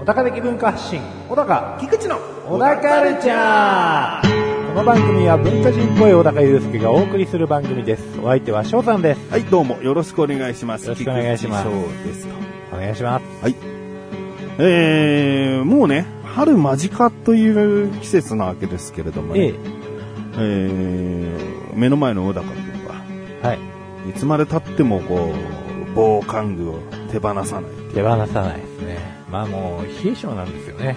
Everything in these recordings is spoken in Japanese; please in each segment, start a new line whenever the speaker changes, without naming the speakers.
小高的文化発信小高
菊池の
小高ルチャーこの番組は文化人っぽい小高祐介がお送りする番組ですお相手は翔さんです
はい、どうも、よろしくお願いします。
よろしくお願いします
菊池翔ですと。
お願いします
はい。えー、もうね、春間近という季節なわけですけれどもね、
え
えー目の前の小高君は、
えはい
いつまで経ってもこう、防寒具を手放さない。
手放さないですねまあもう冷え性なんですよね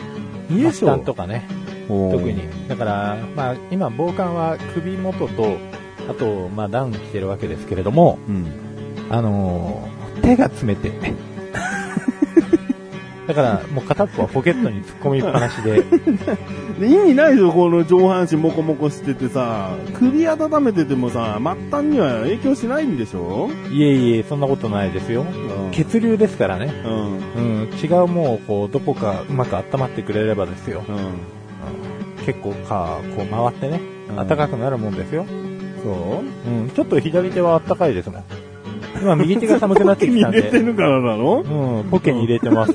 冷え性
末端とかね
特
特に。だから、まあ、今、防寒は首元と、あと、まあ、ダウン着てるわけですけれども、
うん。
あのー手が冷てえ ね。だから、もう片っぽはポケットに突っ込みっぱなしで、
で意味ないでしょ、この上半身モコモコしててさ、首温めててもさ、末端には影響しないんでしょ
いえいえ、そんなことないですよ。
うん
血流ですからね。
うん。うん。
うん、違うもう、こう、どこかうまく温まってくれればですよ。結構か、こう回ってね、
うん
暖かくなるもんですよ。
そう
うん、ちょっと左手は暖かいですもん。今、右手が寒くなって
手
き
に
たん
入れ
で
て。 るからなの
うん、ポケに入れてます。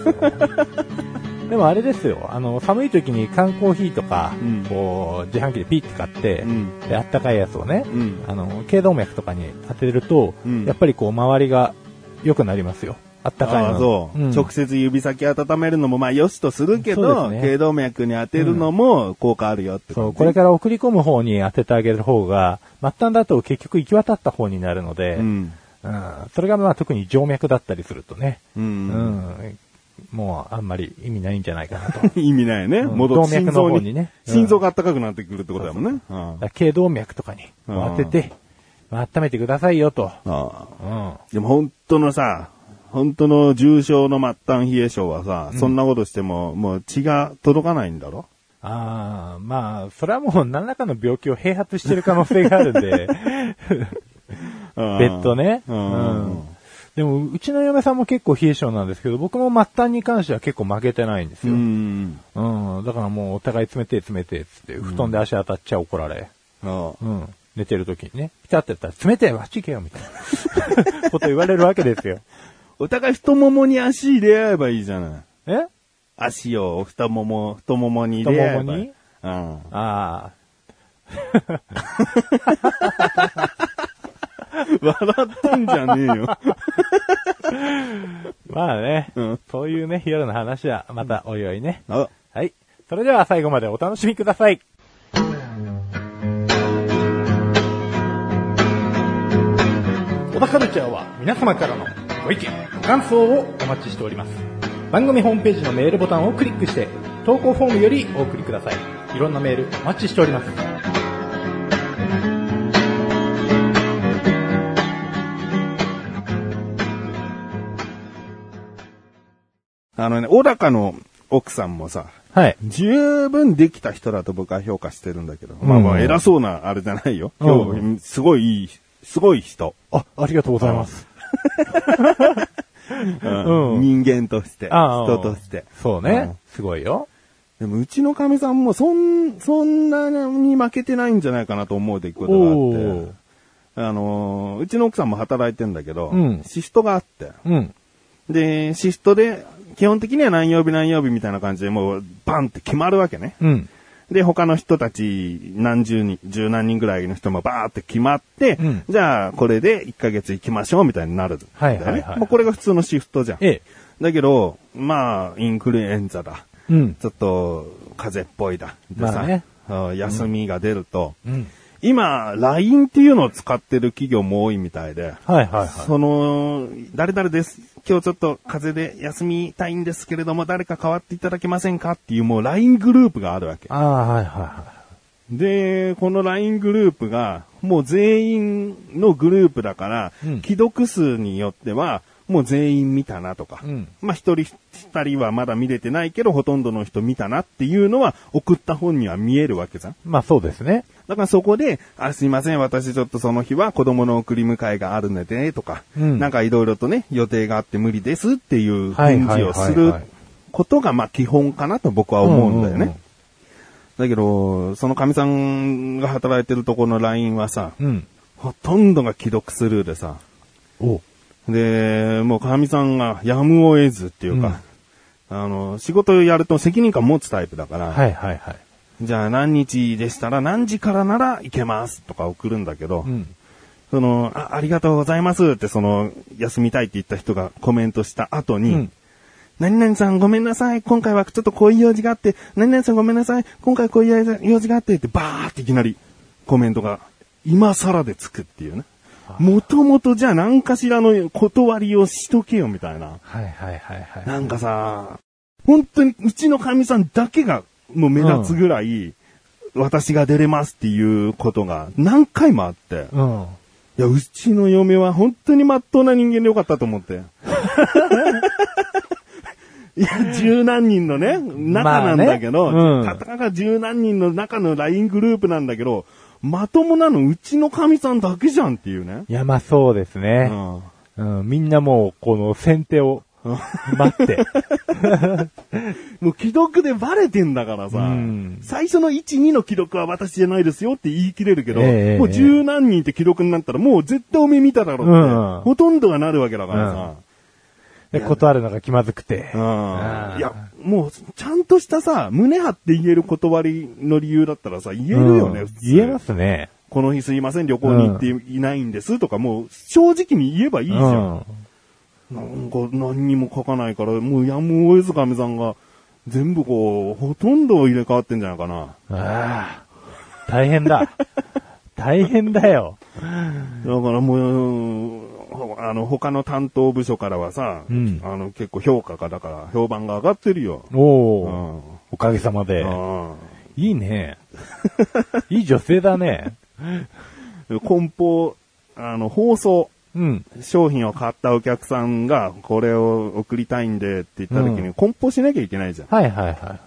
でもあれですよ、あの、寒い時に缶コーヒーとか、
うん
こう、自販機でピッて買って、
うん。
であったかいやつをね、
うん。
あの、頸動脈とかに当てると、
うん
やっぱりこう、周りが良くなりますよ。あったかい
あ
の。
あそう、
ん
直接指先温めるのもまあ良しとするけ
そう
ど、
ですね
頸動脈に当てるのも効果あるよって
そ
感
う、
じ
これから送り込む方に当ててあげる方が、末端だと結局行き渡った方になるので、
うん。
うんそれがまあ特に静脈だったりするとね、
う。
うんん、もうあんまり意味ないんじゃないかな と。
意味ないよね。
うん
戻って
動脈
心
の
臓
方
に
にねうん
心臓が暖かくなってくるってことだもんね。うん
だから頸動脈とかに
うん
当てて、温めてくださいよと。
ああ
うん。
でも本当のさ、本当の重症の末端冷え症はさ、そんなことしても、もう血が届かないんだろ
ああ、まあ、それはもう何らかの病気を併発してる可能性があるん で、別
別
途ね。
う
うん
ん。
でも、うちの嫁さんも結構冷え性なんですけど、僕も末端に関しては結構負けてないんです
う
よ。
ん。
うん。だからもうお互い冷てえ冷てえっつって、布団で足当たっちゃ怒られ。
ああ
うん。寝てる時にね、ピタってやったら、冷てえわっち行けよみたいな こと言われるわけですよ。
お互い太ももに足入れ合えばいいじゃない。
え
足を太もも、太ももに入れ合えば。
太ももに
うん。
ああ、
笑ってんじゃねえよ。
まあね、
うん
そういうね、夜の話はまたおいおいね。
あ、
はい。それでは最後までお楽しみください。小田カルチャーは皆様からのご意見、ご感想をお待ちしております。番組ホームページのメールボタンをクリックして、投稿フォームよりお送りください。いろんなメールお待ちしております。
あのね、小高の奥さんもさ、
はい。
十分できた人だと僕は評価してるんだけど。まあ
うん
まあ、偉そうなあれじゃないよ。
うん
評価すごいいい、すごい人。
あ、ありがとうございます。うん
人間として、
ああ
人として。
そうね。すごいよ。
でもうちの神さんもそん、そんなに負けてないんじゃないかなと思う出来事があって。あのーうちの奥さんも働いてんだけど、
うん
シフトがあって。
うん。
で、シフトで、基本的には何曜日何曜日みたいな感じでもうバンって決まるわけね。
うん。
で、他の人たち何十人、十何人ぐらいの人もバーって決まって、
うん
じゃあこれで1ヶ月行きましょうみたいになるんだよね、
はいはいはい
もうこれが普通のシフトじゃん。
ええ。
だけど、まあ、インフルエンザだ。
うん。
ちょっと、風邪っぽいだ。で
まあね
あ休みが出ると、
うん。
今、LINE っていうのを使ってる企業も多いみたいで、
はいはいはい。
その、誰々です。今日ちょっと風邪で休みたいんですけれども、誰か代わっていただけませんかっていうもう LINE グループがあるわけ。
ああ、はいはいはい。
で、この LINE グループが、もう全員のグループだから、
うん
既読数によっては、もう全員見たなとか、
うん
まあ一人二人はまだ見れてないけど、ほとんどの人見たなっていうのは、送った本には見えるわけじゃん。
まあそうですね。
だからそこで、あ、すいません、私ちょっとその日は子供の送り迎えがあるので、とか、
うん
なんかいろいろとね、予定があって無理ですっていう返事をす
はいはいはい
る
はい
ことが、まあ基本かなと僕は思うんだよね。
うんうんうん
だけど、その神さんが働いてるとこの LINE はさ、
うん。
ほとんどが既読スルーでさ、
お
で、もう神さんがやむを得ずっていうか、あの、仕事をやると責任感持つタイプだから、
はいはいはい。
じゃあ何日でしたら何時からなら行けますとか送るんだけど、
うん。
そのあ、ありがとうございますってその、休みたいって言った人がコメントした後に、
うん
何々さんごめんなさい、今回はちょっとこういう用事があって、何々さんごめんなさい、今回こういう用事があってってバーっていきなりコメントが今更でつくっていうね。もともとじゃあ何かしらの断りをしとけよみたいな。
はいはいはいはい。
なんかさ、本当にうちの神さんだけがもう目立つぐらい、私が出れますっていうことが何回もあって。
うん。
いや、うちの嫁は本当に真っ当な人間でよかったと思 って。いや、十何人のね、中なんだけど、
まあねうん
たかが十何人の中の LINE グループなんだけど、まともなのうちの神さんだけじゃんっていうね。
いや、まあそうです
う
ね。
ん
うん、みんなもう、この先手を待 って。
もう既読でバレてんだからさ、
うん
最初の1、2の既読は私じゃないですよって言い切れるけど、
ええ
もう十何人って既読になったらもう絶対お目見ただろうっ
う
て、
ん
ほとんどがなるわけだからさ、
で、断るのが気まずくて。
うん
うん
いや、もう、ちゃんとしたさ、胸張って言える断りの理由だったらさ、言えるよね、
うん
普通
言えますね。
この日すいません、旅行に行っていないんですとか、もう、正直に言えばいいじゃん。なんか、何にも書かないから、もうやむを得ずかみさんが、全部こう、ほとんど入れ替わってんじゃないかな。
うん。ああ。大変だ。大変だよ。
だからもう、ほあの、他の担当部署からはさ、
うん
あの、結構評価が、だから、評判が上がってるよ。
おお、
うん
おかげさまで。
うん
いいね。いい女性だね。
梱包、あの、包装、
うん。
商品を買ったお客さんが、これを送りたいんでって言った時
う
に、梱包しなきゃいけないじゃん。
はいはいは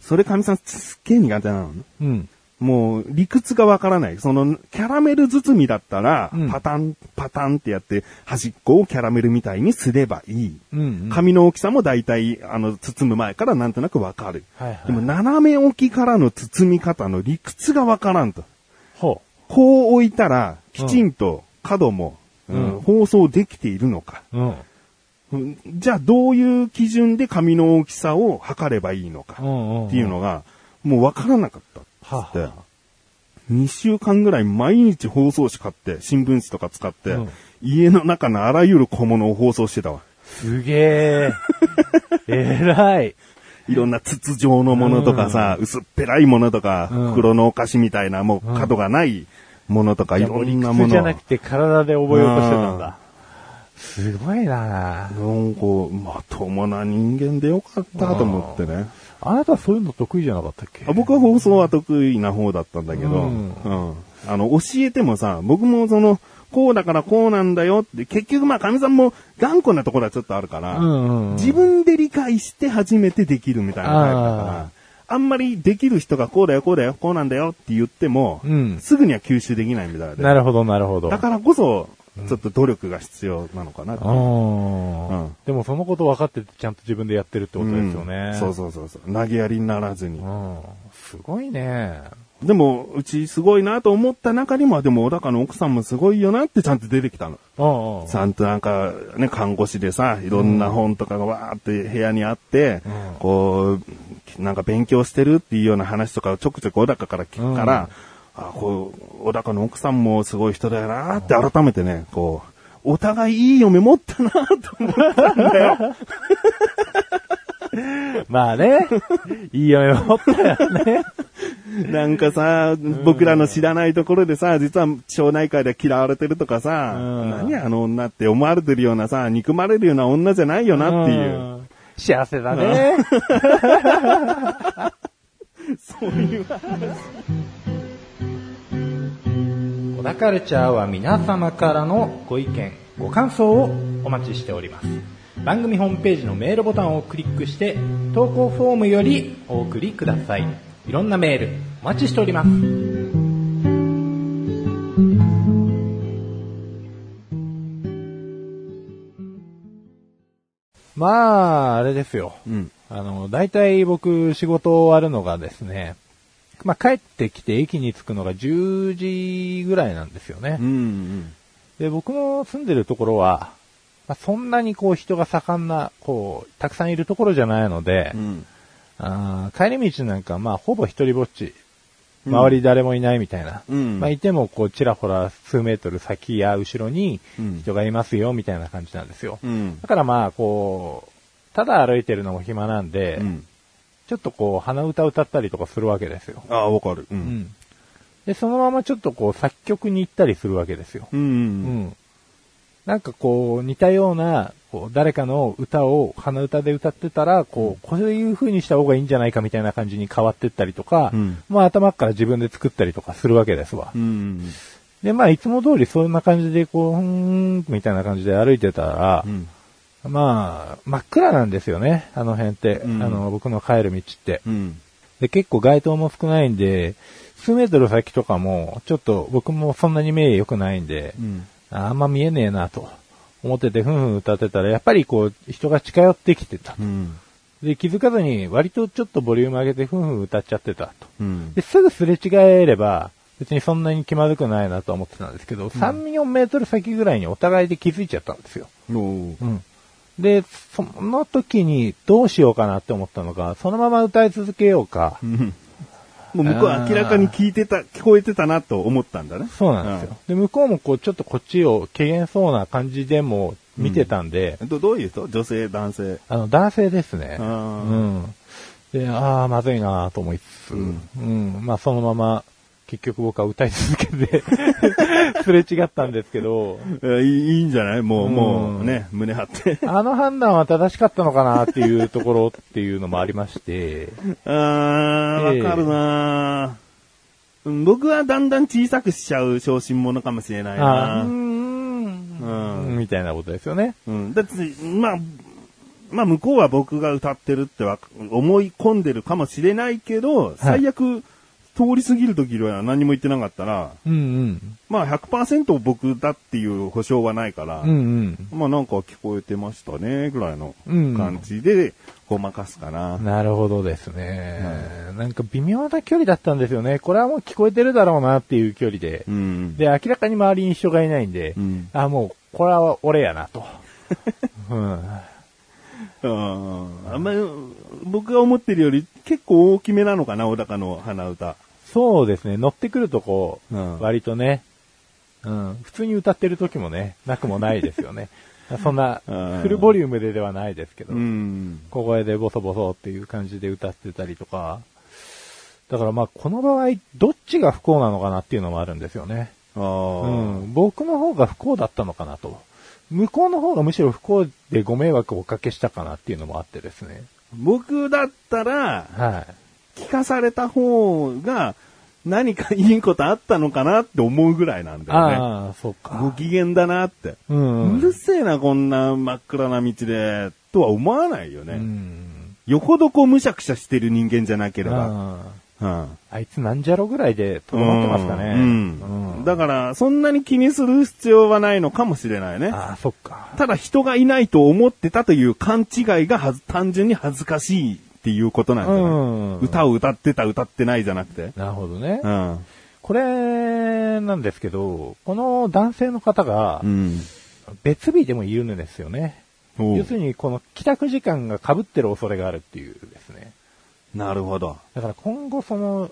それ、神さん、すっげえ苦手なのね。
い。うん。
もう、理屈がわからない。その、キャラメル包みだったら、
うん
パタン、パタンってやって、端っこをキャラメルみたいにすればいい。
うん、うん。
紙の大きさも大体、あの、包む前からなんとなくわかる。
はいはい
でも、斜め置きからの包み方の理屈がわからんと。
ほ
こう置いたら、きちんと角も、
うん
うん包装できているのか。
う。うん。
うんじゃあ、どういう基準で紙の大きさを測ればいいの
う
か。
んうん。
っていう
は
のが、もうわからなかったっ
あは
つって。
あ
2週間ぐらい毎日包装紙買って、新聞紙とか使って、
うん
家の中のあらゆる小物を包装してたわ。
すげえ。 えらい。
いろんな筒状のものとかさ、薄っぺらいものとか、
うん
袋のお菓子みたいな、もう角がないものとか、いろんな
理
も
屈じ
の
ゃ
を。
なくて体で覚えようとしてたんだ。すごいな
なんか、まともな人間でよかったと思ってね。
あなたそういうの得意じゃなかったっけ
あ僕は放送は得意な方だったんだけど、う
うんん
あの、教えてもさ、僕もその、こうだからこうなんだよって、結局まあ、神さんも頑固なところはちょっとあるから、
うんうんうん
自分で理解して初めてできるみたいなタイプだから、あんまりできる人がこうだよ、こうだよ、こうなんだよって言っても、
うん
すぐには吸収できないみたいで。
なるほど、なるほど。
だからこそ、ちょっと努力が必要なのかなって
うー
うん
ん。でもそのこと分かっててちゃんと自分でやってるってことですよね
う。んそうそうそうそう。投げやりにならずに
う。ん。すごいね。
でも、うちすごいなと思った中にも、でも、小高の奥さんもすごいよなってちゃんと出てきたの。
うんうん。
ちゃんとなんか、ね、看護師でさ、いろんな本とかがわーって部屋にあって、
うん
こう、なんか勉強してるっていうような話とかをちょくちょく小高から聞くから、あこう、小高の奥さんもすごい人だよなって改めてね、こう、お互いいい嫁持ったなと思ったんだよ。
まあね。 いい嫁持ったよね。
なんかさ、僕らの知らないところでさ、実は町内会で嫌われてるとかさ、
うん
何あの女って思われてるようなさ、憎まれるような女じゃないよなっていう、
ん。幸せだね。
そういう。
小田カルチャーは皆様からのご意見、ご感想をお待ちしております。番組ホームページのメールボタンをクリックして、投稿フォームよりお送りください。いろんなメール、お待ちしております。まあ、あれですよ。
うん。
あの、大体僕仕事終わるのがですね、まあ、帰ってきて駅に着くのが10時ぐらいなんですよね。
うんうん。
で、僕の住んでるところは、まあ、そんなにこう人が盛んな、こう、たくさんいるところじゃないので、
うん。
あー帰り道なんかまあほぼ一人ぼっち、
うん
周り誰もいないみたいな。
うん
まあいてもこうちらほら数メートル先や後ろに
うん
人がいますよみたいな感じなんですよ。
うん
だ。からまあこう、ただ歩いてるのも暇なんで、
うん。
ちょっとこう鼻歌歌ったりとかするわけですよ。
ああ、わかる。う。
うんん。で、そのままちょっとこう作曲に行ったりするわけですよ。
うん。うん。
うん。なんかこう、似たような、こう、誰かの歌を鼻歌で歌ってたら、こう、こういう風にした方がいいんじゃないかみたいな感じに変わってったりとか、
うん
まあ頭から自分で作ったりとかするわけですわ。
うん。
で、まあいつも通りそんな感じで、こう、うーん、みたいな感じで歩いてたら
う、ん。
まあ、真っ暗なんですよね、あの辺って。
うん
あの、僕の帰る道って。
うん。
で、結構街灯も少ないんで、数メートル先とかも、ちょっと僕もそんなに目良くないんで、
うん。
ああんま見えねえなと思ってて、ふんふん歌ってたら、やっぱりこう、人が近寄ってきてた
う。ん。
で、気づかずに、割とちょっとボリューム上げて、ふんふん歌っちゃってたと。
うん
で、。すぐすれ違えれば、別にそんなに気まずくないなとは思ってたんですけど、3、4メートル先ぐらいにお互いで気づいちゃったんですよ。
おー
うん。で、その時にどうしようかなって思ったのが、そのまま歌い続けようか。
うんもう向こうは明らかに聞いてた、聞こえてたなと思ったんだね。
そうなんですよ。で、向こうもこう、ちょっとこっちを軽減そうな感じでも見てたんで、
うん。どどういう人女性、男性。
あの、男性ですね。
あ
う
ー
ん。で、ああ、まずいなーと思いつつ、う
うん
ん、まあそのまま、結局僕は歌い続けて、 すれ違ったんですけど、
えいいいいんじゃないもう、
うん
もうね、胸張って。
あの判断は正しかったのかなっていうところっていうのもありまして、
あー、わかるなーうん僕はだんだん小さくしちゃう小心者かもしれない
あー
な
うー
うん
ん、みたいなことですよね。
うん。だって、まあ、まあ向こうは僕が歌ってるってわか思い込んでるかもしれないけど、最悪通り過ぎる時は何も言ってなかったら、
うんうん。
まあ100%僕だっていう保証はないから、
うんうん。
まあなんか聞こえてましたね、ぐらいの
うん
感じでごまかすかな。
なるほどですね、なんか微妙な距離だったんですよね。これはもう聞こえてるだろうなっていう距離で。
うん。
で、明らかに周りに人がいないんで、
うん
あ、もう、これは俺や なと。うん、
うんあんまり、僕が思ってるより結構大きめなのかな、小高の鼻歌。
そうですね、乗ってくるとこう、
うん
割とね、うん、普通に歌ってる時もね、なくもないですよ ね。そんな
うん、
フルボリュームでではないですけど、
ん。
小声でボソボソっていう感じで歌ってたりとか、だからまあ、この場合、どっちが不幸なのかなっていうのもあるんですよね。
ああ。
うん、僕の方が不幸だったのかなと。向こうの方がむしろ不幸でご迷惑をおかけしたかなっていうのもあってですね。
僕だったら、
はい。
聞かされた方が何かいいことあったのかなって思うぐらいなんだよね。
ああ、そう
ご
か。
機嫌だなって。
うん
うるせえな、こんな真っ暗な道で、とは思わないよね。
うん。
よほどこうむしゃくしゃしてる人間じゃなけれ
あ
ば。うん。
ああいつなんじゃろぐらいでとどまってますかね。
うん。
うん
だから、そんなに気にする必要はないのかもしれないね。
ああ、そっか。
ただ人がいないと思ってたという勘違いがはず単純に恥ずかしいっていうことなんじゃない、
うん
歌を歌ってた歌ってないじゃなくて。
なるほどね
う。ん。
これ、なんですけど、この男性の方が
う、ん。
別日でも言うんですよね。
おう
要するに、この帰宅時間が被ってる恐れがあるっていうですね。
なるほど。
だから今後そ の、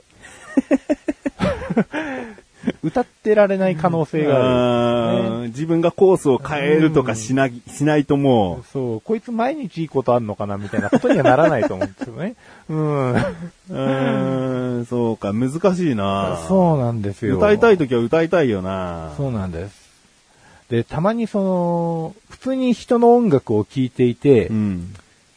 歌ってられない可能性がある、
うん自分がコースを変えるとかしな、しないとも
そう、こいつ毎日いいことあんのかなみたいなことにはならないと思うんですよね。うん。
う、うん、そうか、難しいな
そうなんですよ。
歌いたいときは歌いたいよな
そうなんです。で、たまにその、普通に人の音楽を聴いていて、
ん。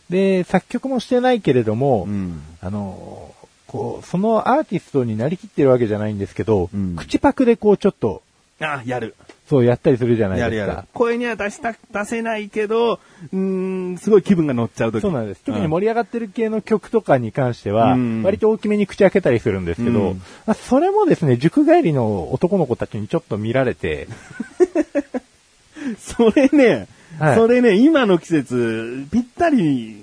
で、作曲もしてないけれども、
うん。
あの、こう、そのアーティストになりきってるわけじゃないんですけど、
うん
口パクでこうちょっと、
あ、やる。
そうやったりするじゃないです
や
か。
るやる。声には出した、出せないけど、うーん、すごい気分が乗っちゃうとき。
そうなんです。特に
ん
盛り上がってる系の曲とかに関しては
うん、
割と大きめに口開けたりするんですけ
う
ど
ん、
まあそれもですね、塾帰りの男の子たちにちょっと見られて、
それね、
はい
それね、今の季節、ぴったり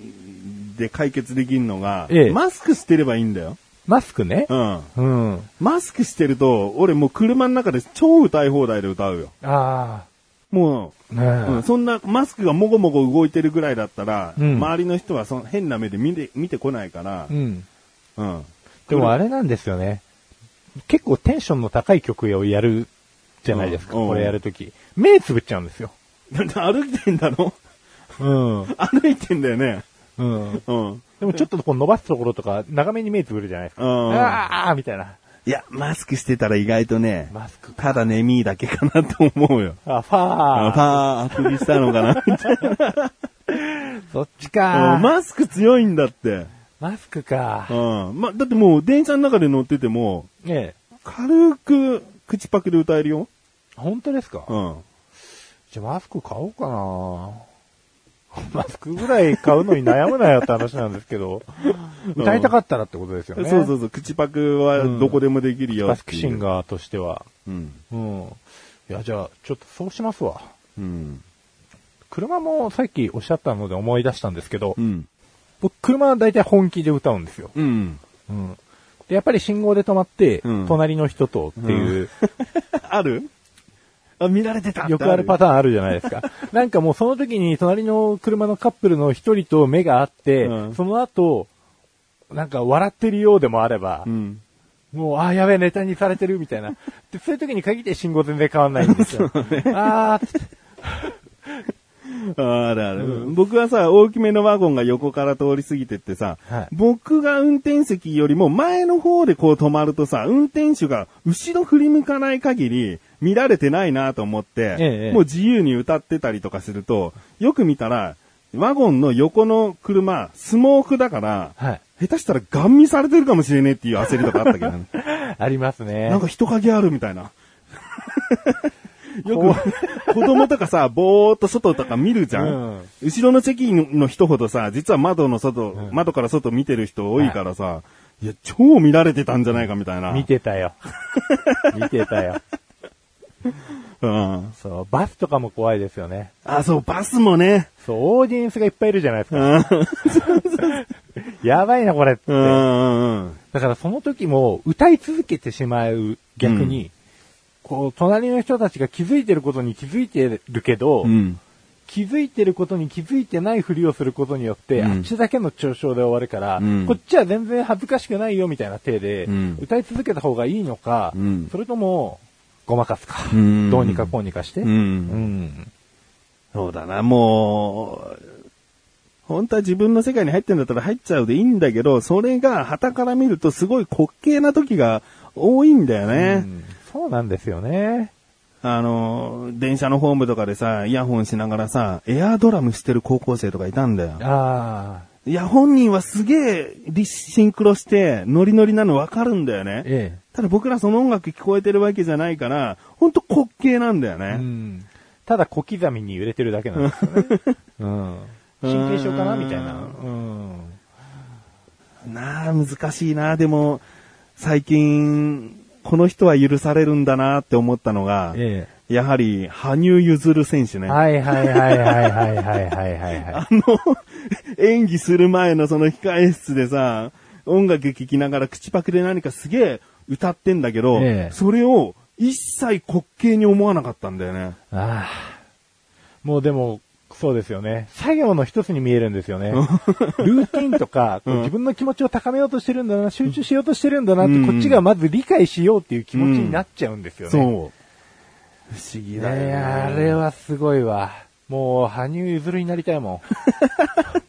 で解決できるのが、
ええ
マスクしてればいいんだよ。
マスクね
う。ん。
うん。あ
マスクしてると、俺もう車の中で超歌い放題で歌うよ。
あ
もう、
ー。ねえ。
うん、そんなマスクがもごもご動いてるぐらいだったら、
うん
周りの人はその変な目で見て見てこないから
う、ん。
うん。
でもあれなんですよね。結構テンションの高い曲をやるじゃないですか、
うん
これやるとき。目つぶっちゃうんですよ。
だって歩いてんだろ
うん。
歩いてんだよね。
うん。
うん。
でもちょっとこう伸ばすところとか、長めに目つぶるじゃないですか。
うん
ああみたいな。
いや、マスクしてたら意外とね、
マスク
ただね、ミーだけかなと思うよ。
あ、ファー。
あ、パー、あくびしたのかなみたい
そっち
な。
か
うんマスク強いんだって。
マスクか
う。ん。ま、だってもう電車の中で乗ってても、
ねえ。
軽く口パクで歌えるよ。
本当ですか
うん。
じゃあマスク買おうかな マスクぐらい買うのに悩むなよって話なんですけど、歌いたかったらってことですよね。
そうそうそう、口パクはどこでもできるよ
マ
っ
ス
て
ク
いう。
シンガーとしては。
うん。
うん。いや、じゃあ、ちょっとそうしますわ。
うん。
車もさっきおっしゃったので思い出したんですけど、
うん。
僕、車は大体本気で歌うんですよ。
うん。
うん。で、やっぱり信号で止まって、
うん
隣の人とっていう、
あるあ、見られてた
よくあるパ
タ
ターンあるじゃないです か。なんかもうその時に隣の車のカップルの一人と目があって、
うん
その後、なんか笑ってるようでもあれば、
うん。
もう、あーやべえ、ネタにされてるみたいな。で、そういう時に限って信号全然変わんないんですよ。あーつって
あるある。僕はさ、大きめのワゴンが横から通り過ぎてってさ
はい、
僕が運転席よりも前の方でこう止まるとさ、運転手が後ろ振り向かない限り、見られてないなと思っ
え
て
え、
もう自由に歌ってたりとかすると、よく見たら、ワゴンの横の車、スモークだから、
はい。
下手したらガン見されてるかもしれねえっていう焦りとかあったけ どね。
ありますね。
なんか人影あるみた いな。よく、子供とかさ、ぼーっと外とか見るじゃん、
うん
後ろの席の人ほどさ、実は窓の外、窓から外見てる人多いからさ、い、や、超見られてたんじゃないかみたいな。
見てたよ。見てたよ。
うん。
そう、バスとかも怖いですよね。
あ、そう、バスもね。
そう、オーディエンスがいっぱいいるじゃないですか。 やばいな、これっつって。
うんうんうん。
だからその時も歌い続けてしまう逆に、こう、隣の人たちが気づいてることに気づいてるけど、
うん。
気づいてることに気づいてないふりをすることによって、
うん
あっちだけの嘲笑で終わるから、
うん
こっちは全然恥ずかしくないよみたいな体で、
うん
歌い続けた方がいいのか、
うん
それとも、ごまかすか、
うん
どうにかこうにかして、
うん
うん
そうだな、もう、本当は自分の世界に入ってんだったら入っちゃうでいいんだけど、それが旗から見るとすごい滑稽な時が多いんだよね。
うんそうなんですよね。
あの、電車のホームとかでさ、イヤホンしながらさ、エアードラムしてる高校生とかいたんだよ。
ああ、
いや、本人はすげえリシンクロして、ノリノリなのわかるんだよね。
え
ただ僕らその音楽聞こえてるわけじゃないから、ほんと滑稽なんだよ
え。う
ね。
んただ小刻みに揺れてるだけなんですよね。うん、神経症かなみたいな。うん
なあ、難しいなあ。でも、最近、この人は許されるんだなって思ったのが、
え
やはり、羽生結弦選手
え
ね。
はいはいはいはいはいはいはい はいはい。
あの、演技する前のその控え室でさ、音楽聴きながら口パクで何かすげえ歌ってんだけど、
ええ
それを一切滑稽に思わなかったんだよね。
ああ。もうでも、そうですよね。作業の一つに見えるんですよね。ルーティンとか、こう自分の気持ちを高めようとしてるんだな、集中しようとしてるんだなって、
うん
こっちがまず理解しようっていう気持ちになっちゃうんですよ
そう。不
ね。
思議
い
だよね。
やあれはすごいわ。もう、羽生結弦になりたいも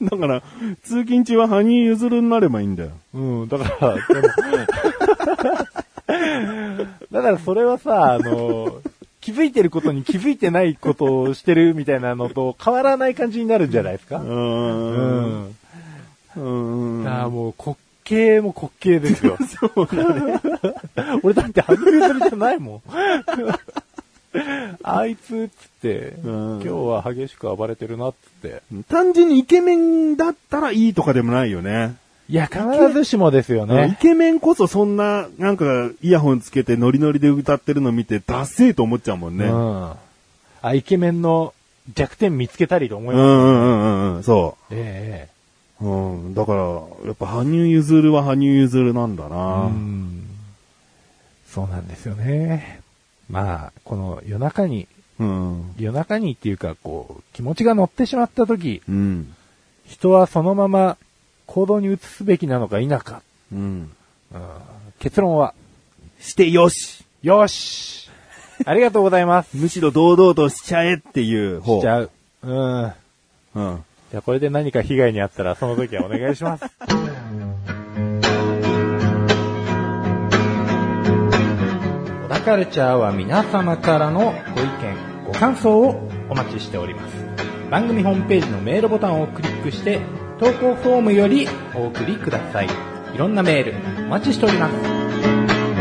だから、通勤中は羽生結弦になればいいんだよ。
ん。うん、だから、でもだからそれはさ、あの、気づいてることに気づいてないことをしてるみたいなのと変わらない感じになるんじゃないですか
う。ー
ん
ん。うーん。
だからもう滑稽も滑稽ですよ。
そうだ ね。
俺だって初めてじゃないもん。 あいつっつって、今
ん
日は激しく暴れてるなっつって。
単純にイケメンだったらいいとかでもないよね。
いや、必ずしもですよ
イ
ね。
ケメンこそそんな、なんか、イヤホンつけてノリノリで歌ってるの見て、ダッセーと思っちゃうもんね。
う
うん
ん。あ、イケメンの弱点見つけたりと思います。
うんうんうんうん、そ
ええ
うん。だから、やっぱ、羽生結弦は羽生結弦なんだな。
うんそうなんですよね。まあ、この夜中に、
うん。
夜中にっていうか、こう、気持ちが乗ってしまった時、
うん。
人はそのまま行動に移すべきなのか否か。
うん。
結論は、
してよし。
よし ありがとうございます
むしろ堂々としちゃえっていう方。
しちゃう。うん。
うん。
じゃあこれで何か被害にあったら、その時はお願いします。小田カルチャーは皆様からのご意見、ご感想をお待ちしております。番組ホームページのメールボタンをクリックして、投稿フォームよりお送りください。いろんなメール、お待ちしております。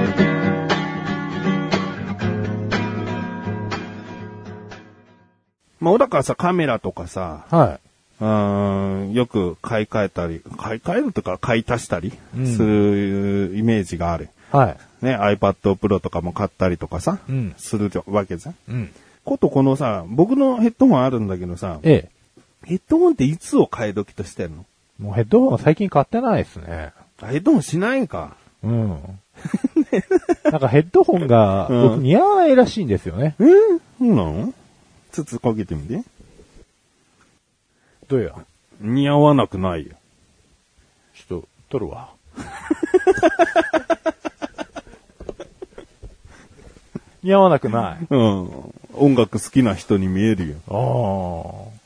まあ、小高はさ、カメラとかさ、
は
うーん、よく買い替えたり、買い替えるとか買い足したり
うん
するイメージがある。
い。はい。
ね、iPad Pro とかも買ったりとかさ、
うん
するわけじゃん。
うん。
ことこのさ、僕のヘッドホンあるんだけどさ、
ええ。
ヘッドホンっていつを買い時としてんの
もうヘッドホンは最近買ってないですね。
あヘッドホンしないんか。
うん。なんかヘッドホンが
うん
僕似合わないらしいんですよね。
えー、そうなのつつかけてみて。
どうや
似合わなくないよ。
ちょっと、撮るわ。似合わなくない。
うん。音楽好きな人に見えるよ。
ああ。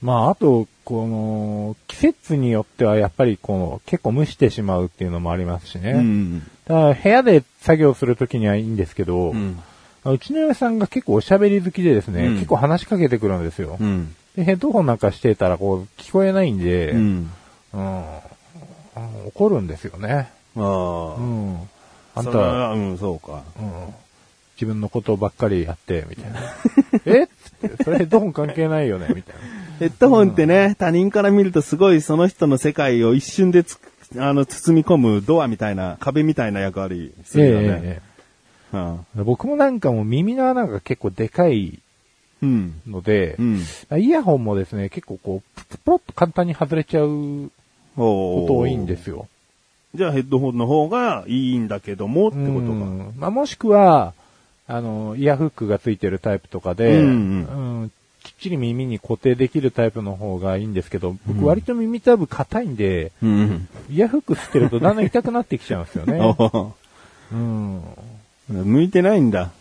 まあ、あと、この、季節によってはやっぱりこの、結構蒸してしまうっていうのもありますしね。
うん。
だから部屋で作業するときにはいいんですけど、
うん。
うちの嫁さんが結構おしゃべり好きでですね、
うん
結構話しかけてくるんですよ。
うん。
で、ヘッドホンなんかしてたらこう、聞こえないんで、
う
うん、
ん。
あの怒るんですよね。
あ
う
あ。
ん。あん
それ
た、
はうん、そうか。
うん自分のことばっかりやって、みたいな。 えっつって、それヘッドホン関係ないよ ね、みたい
ヘッドホンってね、他人から見るとすごいその人の世界を一瞬でつあの包み込むドアみたいな、壁みたいな役割す
な。
るよね。
ええ僕もなんかもう耳の穴が結構でかい
うん。
ので
う、ん。
イヤホンもですね、結構こう、プツプロッと簡単に外れちゃうこ
お。
と多いんですすよ。
じゃあヘッドホンの方がいいんだけどもってこ
う
と
んまあ、もしくは、あの、イヤフックがついてるタイプとかで、
うん
うんきっちり耳に固定できるタイプの方がいいんですけど、僕割と耳たぶ硬いんで、
か。うん。
イヤフック吸ってるとだんだん痛くなってきちゃうんですよね。
お
うん。
向いてないんだ。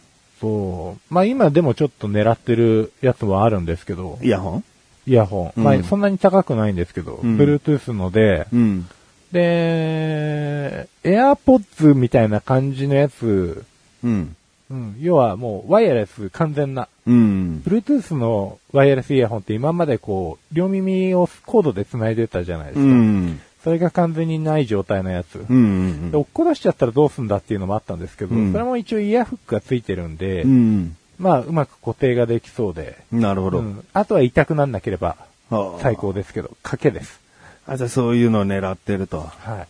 そう。まあ今でもちょっと狙ってるやつはあるんですけど、
イヤホン
イヤホン。ま
う
あ
ん
そんなに高くないんですけど、
うん
Bluetooth ので、
うん。
で、AirPods みたいな感じのやつ、
うん。
うん、要はもうワイヤレス完全な。
うん。
Bluetooth のワイヤレスイヤホンって今までこう、両耳をコードで繋いでたじゃないです
う
か。
ん。
それが完全にない状態のやつ。
うん
で、。落っこ出しちゃったらどうすんだっていうのもあったんですけど、
うん
それも一応イヤフックがついてるんで、
うん。
まあ、うまく固定ができそうで、
なるほ
う
ど。
ん、あとは痛くなんなければ
ああ
最。高ですけど、賭けです。
あ、じゃあそういうのを狙ってると。
は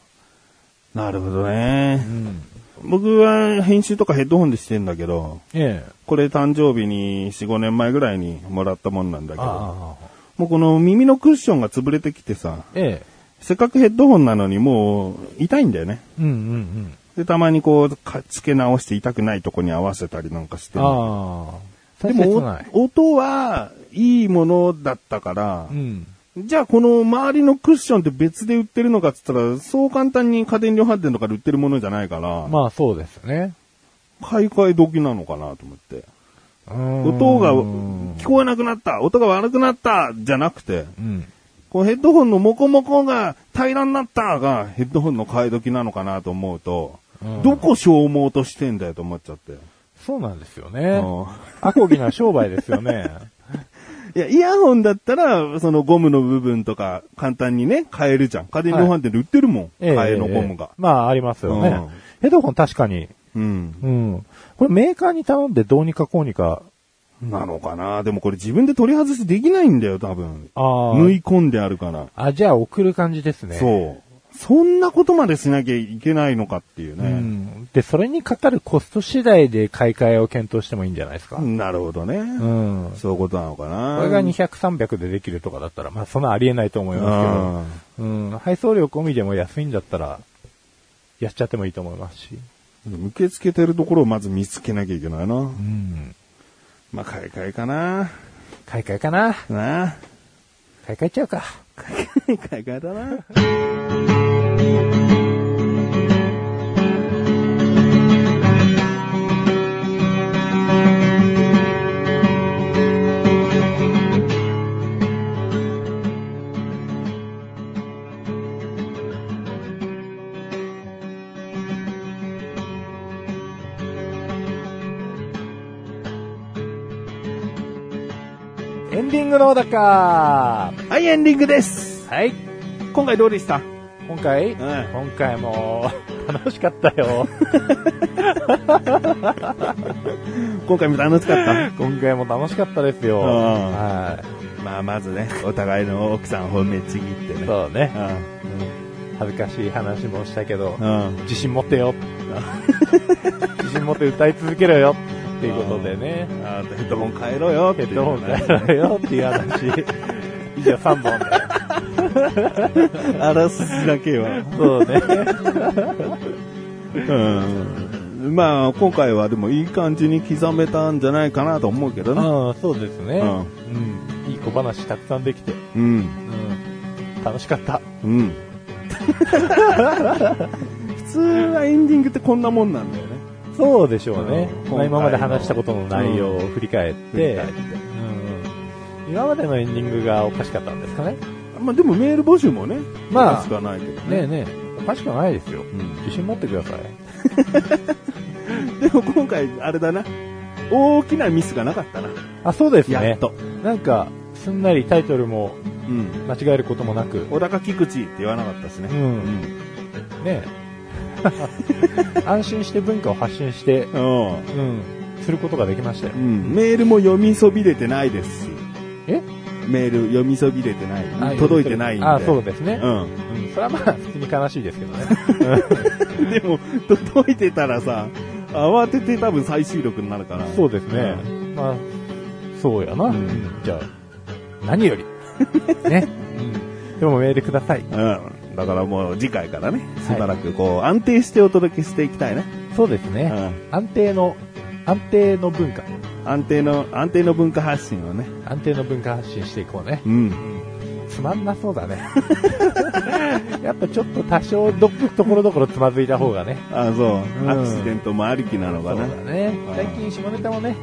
なるほど
い。う
ね。
ん。
僕は編集とかヘッドホンでしてんだけど、
ええ。
これ誕生日に4、5年前ぐらいにもらったもんなんだけど、
ああ。
もうこの耳のクッションが潰れてきてさ、
ええ。
せっかくヘッドホンなのにもう痛いんだよね。
うんうん
で、たまにこう、か付け直して痛くないとこに合わせたりなんかして
うん。
る
ああ。
で
で
も
も、
お音はいいものだったから
う、ん。
じゃあこの周りのクッションって別で売ってるのかって言ったら、そう簡単に家電量販店とかで売ってるものじゃないから、
まあそうですね。
買い替え時なのかなと思って。音
音
が
うん。
聞こえなくなった、音が悪くなった、じゃなくて、
うん。
こうヘッドホンのモコモコが平らになったがヘッドホンの替え時なのかなと思うと、
うん
どこ消耗としてんだよと思っちゃって。
そうなんですよね。
うん
アコギな商売ですよね。
いや、イヤホンだったら、そのゴムの部分とか簡単にね、買えるじゃん。家電量販店で売ってるもん。
ええ
替えのゴムが。
まあありますよ
うん
ね。ヘッドホン確かに。
うん。
うん。これメーカーに頼んでどうにかこうにか。
なのかなでもこれ自分で取り外しできないんだよ、多分。
ああ。
縫い込んであるから。
あ、じゃあ送る感じですね。
そう。そんなことまでしなきゃいけないのかっていう
う
ね。
ん。で、それにかかるコスト次第で買い替えを検討してもいいんじゃないですか。
なるほどね、
うん。
そういうことなのかな。
これが200、300でできるとかだったら、まあそんなありえないと思いま
うん
すけど、うん。配送料込みでも安いんだったら、やっちゃってもいいと思いますし。
受け付けてるところをまず見つけなきゃいけないな。
うん。
まあ、買い替えかな。
買い替えかな
な あ。
買い替えちゃうか。
買い替えだな。
エンディングのだか
はい、エンディングです。
はい。
今回どうでした
今回、
ん
今回も 楽しかった よ。
今回も楽しかった。
今回も楽しかったですよ。
うん
は
まあ、まずね、お互いの奥さん褒めちぎって
い。
ね。
そうね。
う
恥ずかしい話もしたけど、
ん。うん。
自信持 ってよ。自信持って歌い続けろよ。っていうことでね。
あとヘッドホン変えろよって
ヘ
いう
ッドホン変えろよっていう話。以上3本で。
あらすじだけは。
そうね。
うん。まあ、今回はでもいい感じに刻めたんじゃないかなと思うけどな。
うん、そうですね。
う
うん。いい小話たくさんできて、
うん。
うん。楽しかった。
うん。普通はエンディングってこんなもんなんだよね。
そうでしょうね。
うん
まあ今まで話したことの内容を振り返っ
振り
て、
返って
うん今までのエンディングがおかしかったんですかね。
まあでもメール募集もね、
まあ
しかないけど
ねえ
ね。
ねえ、おかしくはないですよ。
うん
自信持ってください。
でも今回、あれだな。大きなミスがなかったな。
あ、そうですね。
やっと。
なんか、すんなりタイトルも
うん。
間違えることもなく、
小高菊池って言わなかったしね。
うん ねえ安心して文化を発信して、
うん。
うん、することができましたよ
う。ん。メールも読みそびれてないですし。
え
メール読みそびれてない。届いてないんで。
あ、そうですね。
う
うん、それはまあ、普通に悲しいですけどね。
ん。でも、届いてたらさ、慌てて多分最終録になるから。
そうですね。まあ、そうやな。
うん
じゃあ、何 より。ね。でもメールください。
うん。だからもう次回からね、しばらくこう、安定してお届けしていきたいね。
そうです
う
ね。
ん。
安定の、安定の文化。
安定の、安定の文化発信をね。
安定の文化発信していこうね。
うん。
つまんなそうだね。 やっぱちょっと多少どっところどころつまずいた方がね。
あ、そう。
ん
アクシデントもありきなの
そ
か
うだ
な。
ね。最近下ネタもね、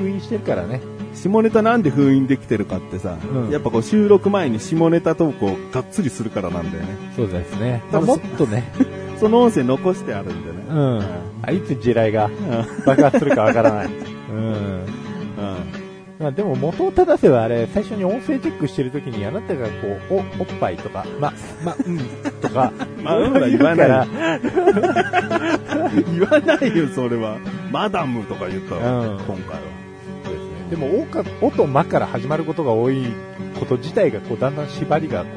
封印してるからね。
下ネタなんで封印できてるかってさ、
うん
やっぱこう収録前に下ネタ投稿をがっつりするからなんだよね。
そうですね。
まあ
もっとね、
その音声残してあるんだよね。
うん。あいつ地雷が爆発するかわからない。うん。
うん。うん
まあでも元を正せばあれ、最初に音声チェックしてるときにあなたがこう、お、おっぱいとか、ま、ま、うん、と か、
まうんは言わない。言わないよ、それは。マダムとか言ったわ、
うん
今回は。
そうですね。でも、おか、おとまから始まることが多いこと自体がこう、だんだん縛りがこ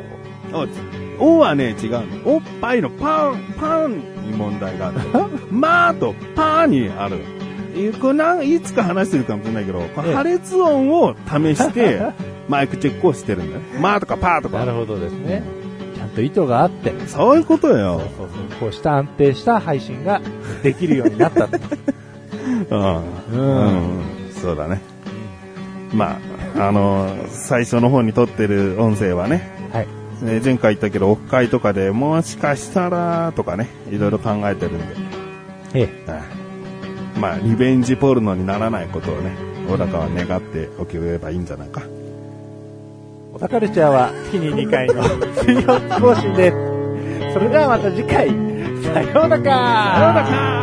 おおはね、違うの。おっぱいのパン、パンに問題 がある。まーとパーにある。えこれなんいつか話してるかもしれないけど、こ
え
れ
え
破裂音を 試して、マイクチェックをしてるんだよ。まーとかパーと
う、なる
か。
ほどですね。ちゃんと意図があって、
そういうことよ。
そうそう、こうした安定した配信ができるようになったと。
うん。
う。
うんん。そうだね。まあ、あの最初の方に撮ってる音声はね、
はい。
えー前回言ったけど、オフ会とかでもしかしたらとかね、いろいろ考えてるんで。
ええ。
ああまあ、リベンジポルノにならないことをね、小高は願っておけばいいんじゃないか。
おたカルチャーは月に2回 の水曜日更新です。それではまた次回、さようなら
小高